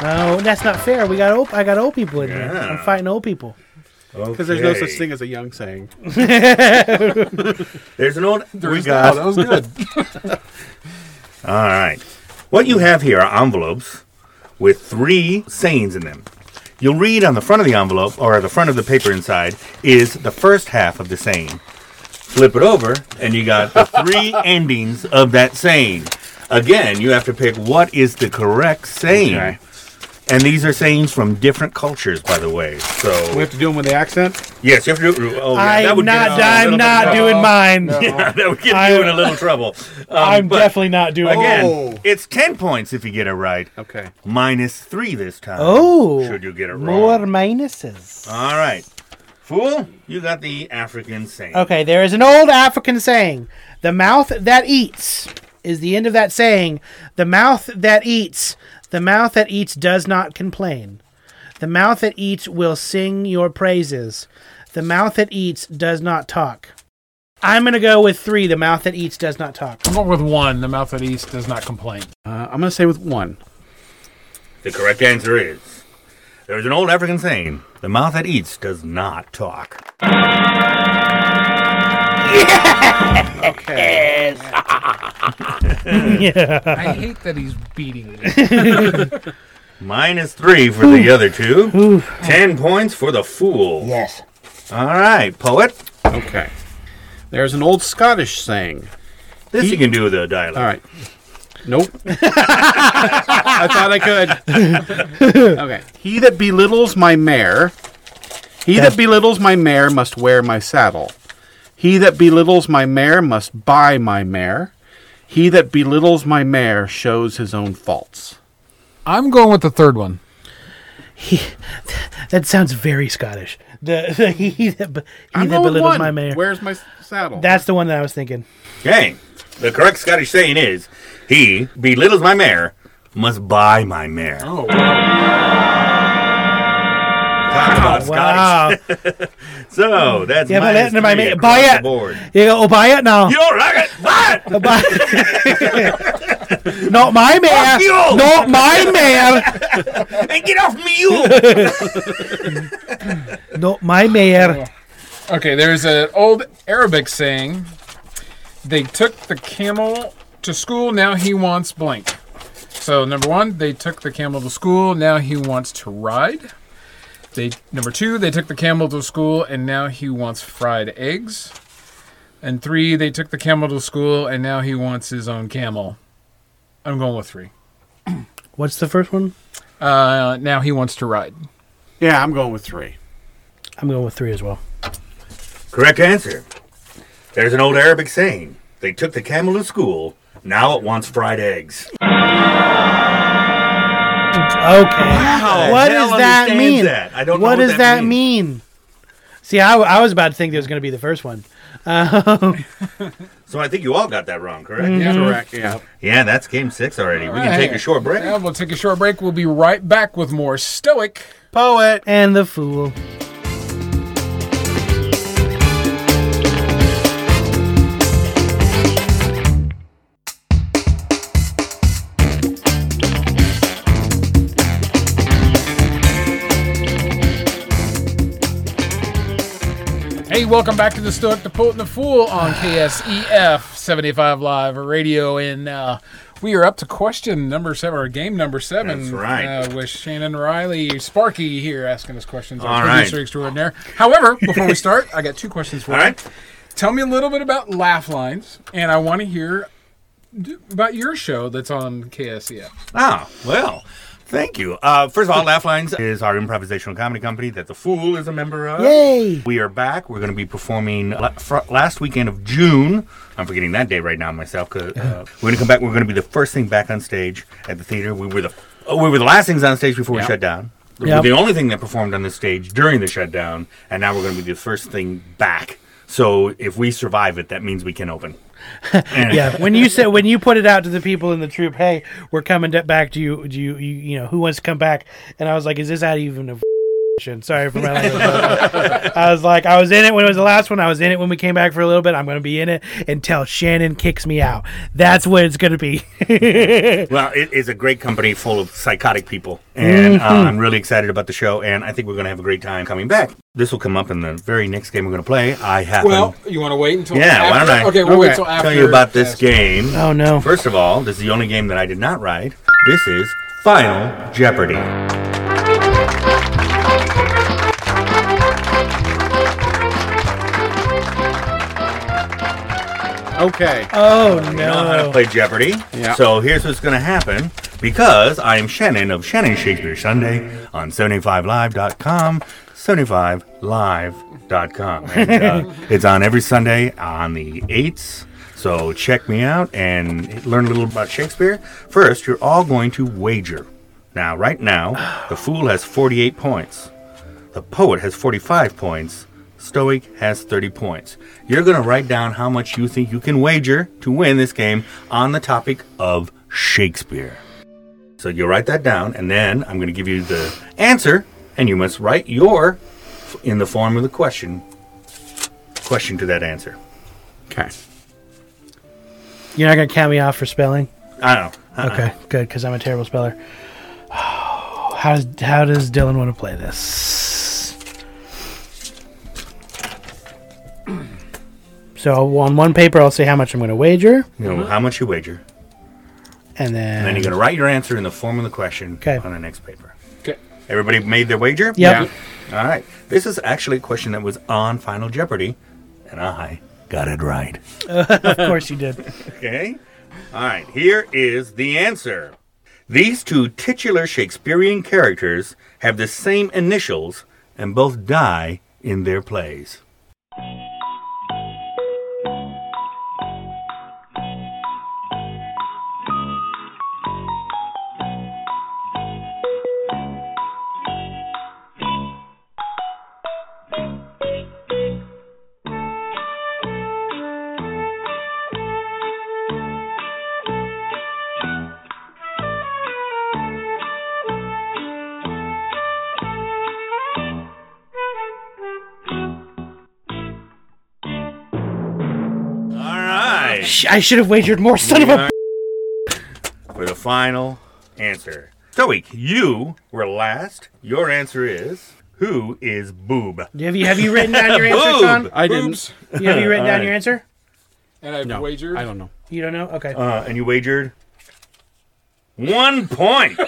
No, that's not fair. We got old, I got old people in here.
Yeah.
I'm fighting old people.
Because there's no such thing as a young saying.
There's an old. we got.
that was good.
All right. What you have here are envelopes with three sayings in them. You'll read on the front of the envelope, or the front of the paper inside, is the first half of the saying. Flip it over, and you got the three endings of that saying. Again, you have to pick what is the correct saying. And these are sayings from different cultures, by the way. So,
We have to do them with the accent.
yes, you have to do. Oh, yeah, that
I'm
would
not.
get you in a little
I'm
bit
not
of trouble.
doing mine.
Yeah, that would get you
I'm-
in a little trouble. Um,
I'm
but-
definitely not doing
Again,
it.
Oh.
it's 10 points if you get it right.
Okay.
Minus 3 this time.
Oh.
Should you get it
More
wrong.
minuses.
All right. Fool, you got the African saying.
Okay, there is an old African saying the mouth that eats is the end of that saying. The mouth that eats, the mouth that eats does not complain. The mouth that eats will sing your praises. The mouth that eats does not talk. I'm gonna go with three. The mouth that eats does not talk.
I'm going with one. The mouth at east does not complain.
Uh, I'm gonna say with one.
The correct answer is there's an old African saying the mouth that eats does not talk.
Okay.
I hate that he's beating me.
Minus three for the other two. Ten points for the fool.
Yes.
All right, poet.
Okay. There's an old Scottish saying.
This you can do with a dialect.
All right. Nope. I thought I could. okay. He that belittles my mare, he that belittles my mare must wear my saddle. He that belittles my mare must buy my mare. He that belittles my mare shows his own faults.
I'm going with the third one.
That sounds very Scottish. The, the he that, be- he that
going with
belittles
one.
my mayor.
Where's my s- saddle?
That's the one that I was thinking.
Okay. The correct Scottish saying is he belittles my mare, must buy my mare.
Oh, wow.
Talk about Scottish.
Wow.
So that's
Yeah, but
minus
let- my ma-
three across
buy
the
it.
board.
you go, oh, buy it now.
You don't like it? Buy it.
Not my mayor.
Fuck you.
Not my mayor.
and get off me, you.
Not my mayor.
Okay, there's an old Arabic saying they took the camel to school, now he wants blank. So, number one, they took the camel to school, now he wants to ride. They Number two, they took the camel to school, and now he wants fried eggs. And three, they took the camel to school, and now he wants his own camel. I'm going with three.
What's the first one?
Uh, now he wants to ride.
yeah, I'm going with three.
I'm going with three as well.
Correct answer. There's an old Arabic saying they took the camel to school, now it wants fried eggs.
Okay.
Wow,
what
Mel
does that
understands
mean?
that. I don't know
what
what
does
that
that, mean? See, I, I was about to think it was going to be the first one.
So I think you all got that wrong, correct?
Mm-hmm.
Correct. Yeah.
Yeah, that's game six already. we can take a short break.
Yeah, we'll take a short break. We'll be right back with more Stoic.
Poet.
And the fool.
Hey, welcome back to the Stoic, the Poet, and the Fool on KSEF 75 Live Radio. And uh, we are up to question number seven, or game number seven.
That's right.
Uh, with Shannon Riley, Sparky here asking us questions.
All
Our
right.
producer extraordinaire. However, before we start, I got two questions for
All
you.
right.
Tell me a little bit about Laugh Lines, and I want to hear d- about your show that's on E KSEF.
Ah, well, thank you. Uh, first of all, Laugh Lines is our improvisational comedy company that The Fool is a member of.
Yay!
We are back. We're going to be performing la- fr- last weekend of June. I'm forgetting that day right now myself. 'cause, uh, we're going to come back. We're going to be the first thing back on stage at the theater. We were the oh, we were the last things on stage before we shut down. We
Yep.
were the only thing that performed on this stage during the shutdown, and now we're going to be the first thing back. So if we survive it, that means we can open. And-
Yeah, when you said when you put it out to the people in the troop, hey, we're coming to- back to you. Do you, you you know who wants to come back? And I was like, is this out even a Sorry for my language. I was like, I was in it when it was the last one. I was in it when we came back for a little bit. I'm going to be in it until Shannon kicks me out. That's what it's going to be.
Well, it is a great company full of psychotic people, and uh,
Mm-hmm.
I'm really excited about the show. And I think we're going to have a great time coming back. This will come up in the very next game we're going to play. I happen
Well, you want to wait until
Yeah, why
after?
don't I-
Okay, we'll wait
Okay.
till
to
after.
tell you about this
Yes.
game.
oh no!
First of all, this is the only game that I did not write. This is Final Jeopardy.
Okay.
Oh
You know how to
no!
play Jeopardy.
Yeah.
So here's what's going to happen. Because I am Shannon of Shannon Shakespeare Sunday on 75live.com, 75live.com. And uh, it's on every Sunday on the 8th. So check me out and learn a little about Shakespeare. First, you're all going to wager. Now, right now, the fool has 48 points. The poet has 45 points. Stoic has 30 points. You're going to write down how much you think you can wager to win this game on the topic of Shakespeare. So you'll write that down, and then I'm going to give you the answer, and you must write your f- in the form of the question question to that answer.
Okay.
You're not gonna count me off for spelling.
I don't know. Uh-uh.
Okay, good, because I'm a terrible speller. How does how does Dylan want to play this? So on one paper, I'll say how much I'm going to wager,
You know, how much you wager.
and
And then
then
you're going to write your answer in the form of the question
'Kay.
on the next paper.
Okay.
Everybody made their wager?
Yep.
All right. This is actually a question that was on Final Jeopardy, and I got it right.
of course you did.
Okay. All right. Here is the answer. These two titular Shakespearean characters have the same initials and both die in their plays. All right.
Sh- I should have wagered more, son of a.
For the final answer. Stoic, you were last. Your answer is who is Boob?
Have you have you written down your answer, Sean?
I
Boobs.
You- Have you written down your answer?
And I've
didn't. No,
wagered.
I don't know.
You don't know? Okay.
Uh, and you wagered one point.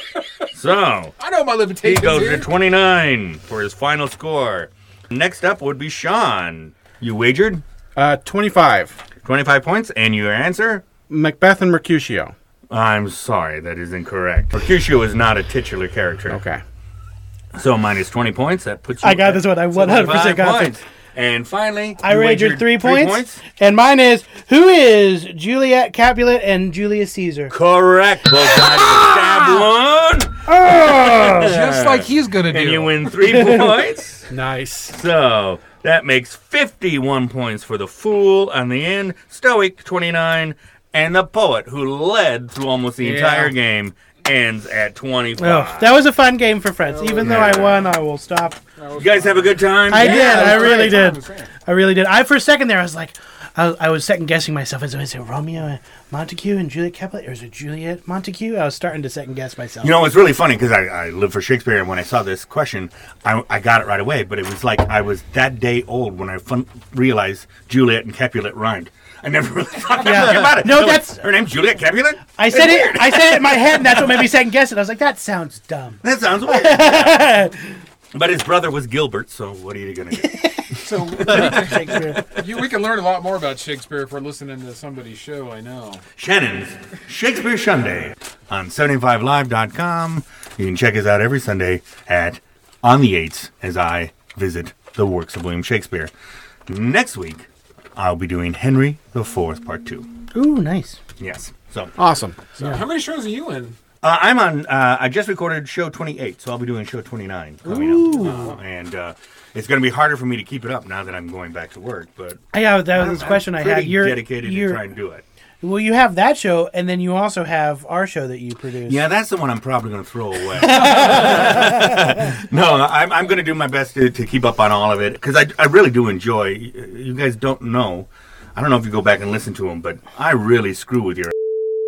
so
I know my
he
limitations.
goes
here.
to 29 for his final score. Next up would be Sean. You wagered
Uh, 25.
25 points, and your answer?
Macbeth and Mercutio.
I'm sorry, that is incorrect. Mercutio is not a titular character.
Okay.
So minus 20 points, that puts you
I got
at
this one. I 100%
75
got this.
points. And finally,
I
you
wagered three points, and mine is who is Juliet Capulet and Julius Caesar?
Correct. Both sides have
Ah!
stabbed one,
Just like he's gonna do.
and you win three points.
Nice.
So that makes 51 points for the fool on the end, Stoic 29, and the poet who led through almost the entire game ends at 25.
Oh, that was a fun game for friends. Even though I won, I will stop.
you guys have a good time.
I did. I
that's great.
really
That's
did.
what I'm saying.
I really did. I for a second there, I was like, I, I was second guessing myself. Is it- is it Romeo and Montague and Juliet Capulet, or is it Juliet Montague? I was starting to second guess myself.
You know, it's really funny because I, I live for Shakespeare, and when I saw this question, I, I got it right away. But it was like I was that day old when I fun- realized Juliet and Capulet rhymed. I never really thought that
Yeah.
much about it.
No,
So it's-
that's-
her name's Juliet Capulet.
I said it. I said it in my head, and that's what made me second guess it. I was like, that sounds dumb.
That sounds weird. but his brother was Gilbert, so what are you gonna do?
So
Shakespeare.
you, we can learn a lot more about Shakespeare if we're listening to somebody's show. I know.
Shannon's Shakespeare Sunday on 75live.com. You can check us out every Sunday at On the Eights as I visit the works of William Shakespeare. Next week, I'll be doing Henry IV, Part 2.
Ooh, nice.
Yes. So
Awesome.
So how many shows are you in?
uh, I'm on, uh, I just recorded show 28, so I'll be doing show 29 coming Ooh. up. Uh, and uh, it's going to be harder for me to keep it up now that I'm going back to work, but
Yeah, that was the question I
pretty
had. You're
dedicated
you're-
to try and do it.
Well, you have that show, and then you also have our show that you produce.
Yeah, that's the one I'm probably going to throw away. no, I'm, I'm going to do my best to, to keep up on all of it because I, I really do enjoy. You guys don't know. I don't know if you go back and listen to them, but I really screw with your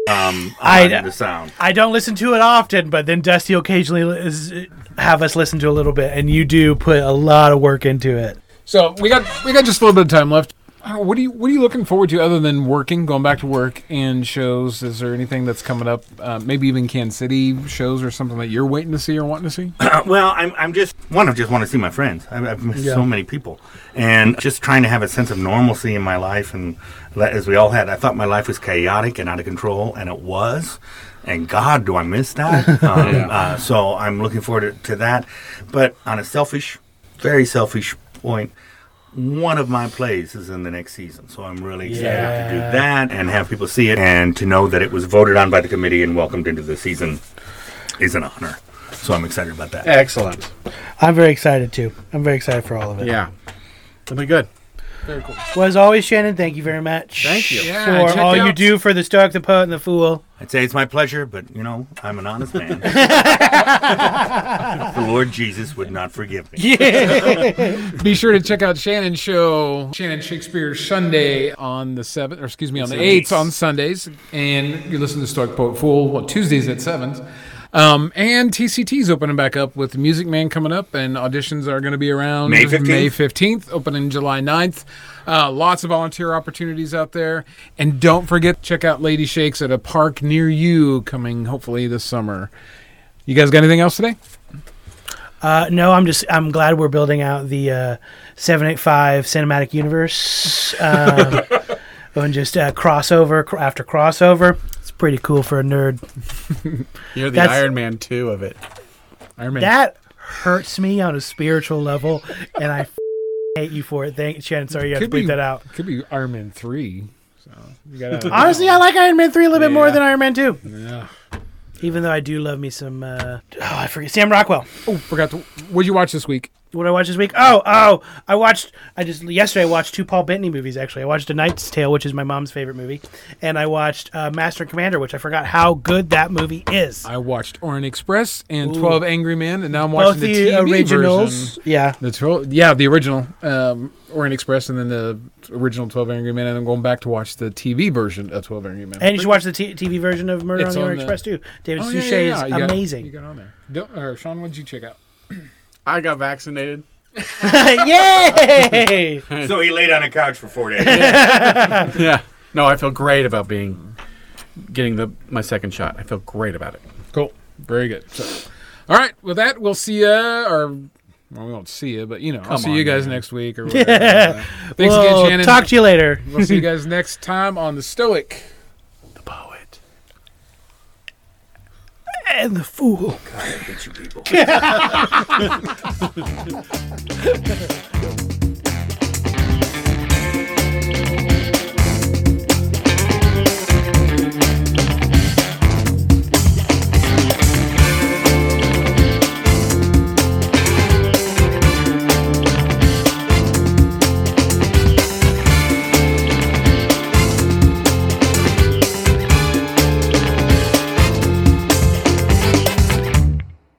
um on
I-
the sound.
I don't listen to it often, but then Dusty will occasionally is, have us listen to a little bit, and you do put a lot of work into it.
So we got we got just a little bit of time left. Uh, What are you What are you looking forward to other than working, going back to work, and shows? Is there anything that's coming up? Uh, maybe even Kansas City shows or something that you're waiting to see or wanting to see?
Uh, well, I'm, I'm just one. I just want to see my friends. I've, I've missed so many people, and just trying to have a sense of normalcy in my life. And let- as we all had, I thought my life was chaotic and out of control, and it was. And God, do I miss that? Um, uh, so I'm looking forward to, to that. But on a selfish, very selfish point, one of my plays is in the next season, so I'm really excited to do that and have people see it, and to know that it was voted on by the committee and welcomed into the season is an honor. So I'm excited about that.
Excellent.
I'm very excited too. I'm very excited for all of it.
Yeah. It'll be good.
Very cool.
Well, as always, Shannon, thank you very much.
Thank you.
Yeah, check
for all
it
you
out.
do for the Stoic, the Poet, and the Fool.
I'd say it's my pleasure, but you know, I'm an honest man. the Lord Jesus would not forgive me.
Be sure to check out Shannon's show, Shannon Shakespeare Sunday on the 7th, or excuse me, on the 8th on Sundays. And you listen to Stark Poet Fool well, Tuesdays at 7s. Um, and TCT's opening back up with Music Man coming up, and auditions are going to be around
May 15th.
15th, opening July 9th. Uh, lots of volunteer opportunities out there. And don't forget, check out Lady Shakes at a park near you coming hopefully this summer. You guys got anything else today?
Uh, no, I'm just I'm glad we're building out the uh, 785 cinematic universe um, and just uh, crossover cr- after crossover. It's pretty cool for a nerd.
You're the
That's-
Iron Man 2 of it.
Iron Man.
That hurts me on a spiritual level, and I f- hate you for it. Thank Shannon. Sorry, you have to
Could be-
bleep that out.
Could be Iron Man three. So you gotta
Honestly, I like Iron Man three a little bit more
Yeah.
than Iron Man two.
Yeah.
Even though I do love me some, uh, oh, I forget Sam Rockwell.
Oh, forgot to. What'd you watch this week?
What did I watch this week? Oh, oh, I watched. I just yesterday I watched two Paul Bettany movies. Actually, I watched A Knight's Tale, which is my mom's favorite movie, and I watched uh, Master and Commander, which I forgot how good that movie is.
I watched Orient Express and Twelve Angry Men, and now I'm watching
Both
the,
the,
TV
originals,
version.
yeah.
The twelve, yeah, the original um, Orient Express, and then the original Twelve Angry Men, and I'm going back to watch the TV version of Twelve Angry Men.
And you should watch the t- TV version of Murder
It's
on the
on
Orient
the-
Express too. David
Oh, yeah,
Suchet
yeah, yeah,
is
you got-
amazing.
you got on there. Don't, or Sean, what'd you check out?
I got vaccinated.
Yay!
So he laid on a couch for four days.
Yeah. No, I feel great about being getting the my second shot. I feel great about it.
Cool. Very good. So, all right. With that, we'll see you. Or well, we won't see you, but you know, I'll see
on,
you guys
man.
next week or whatever. Uh, Thanks
Well,
again, Shannon.
Talk to you later.
we'll see you guys next time on the Stoic.
The poet.
And the fool.
I hate you people.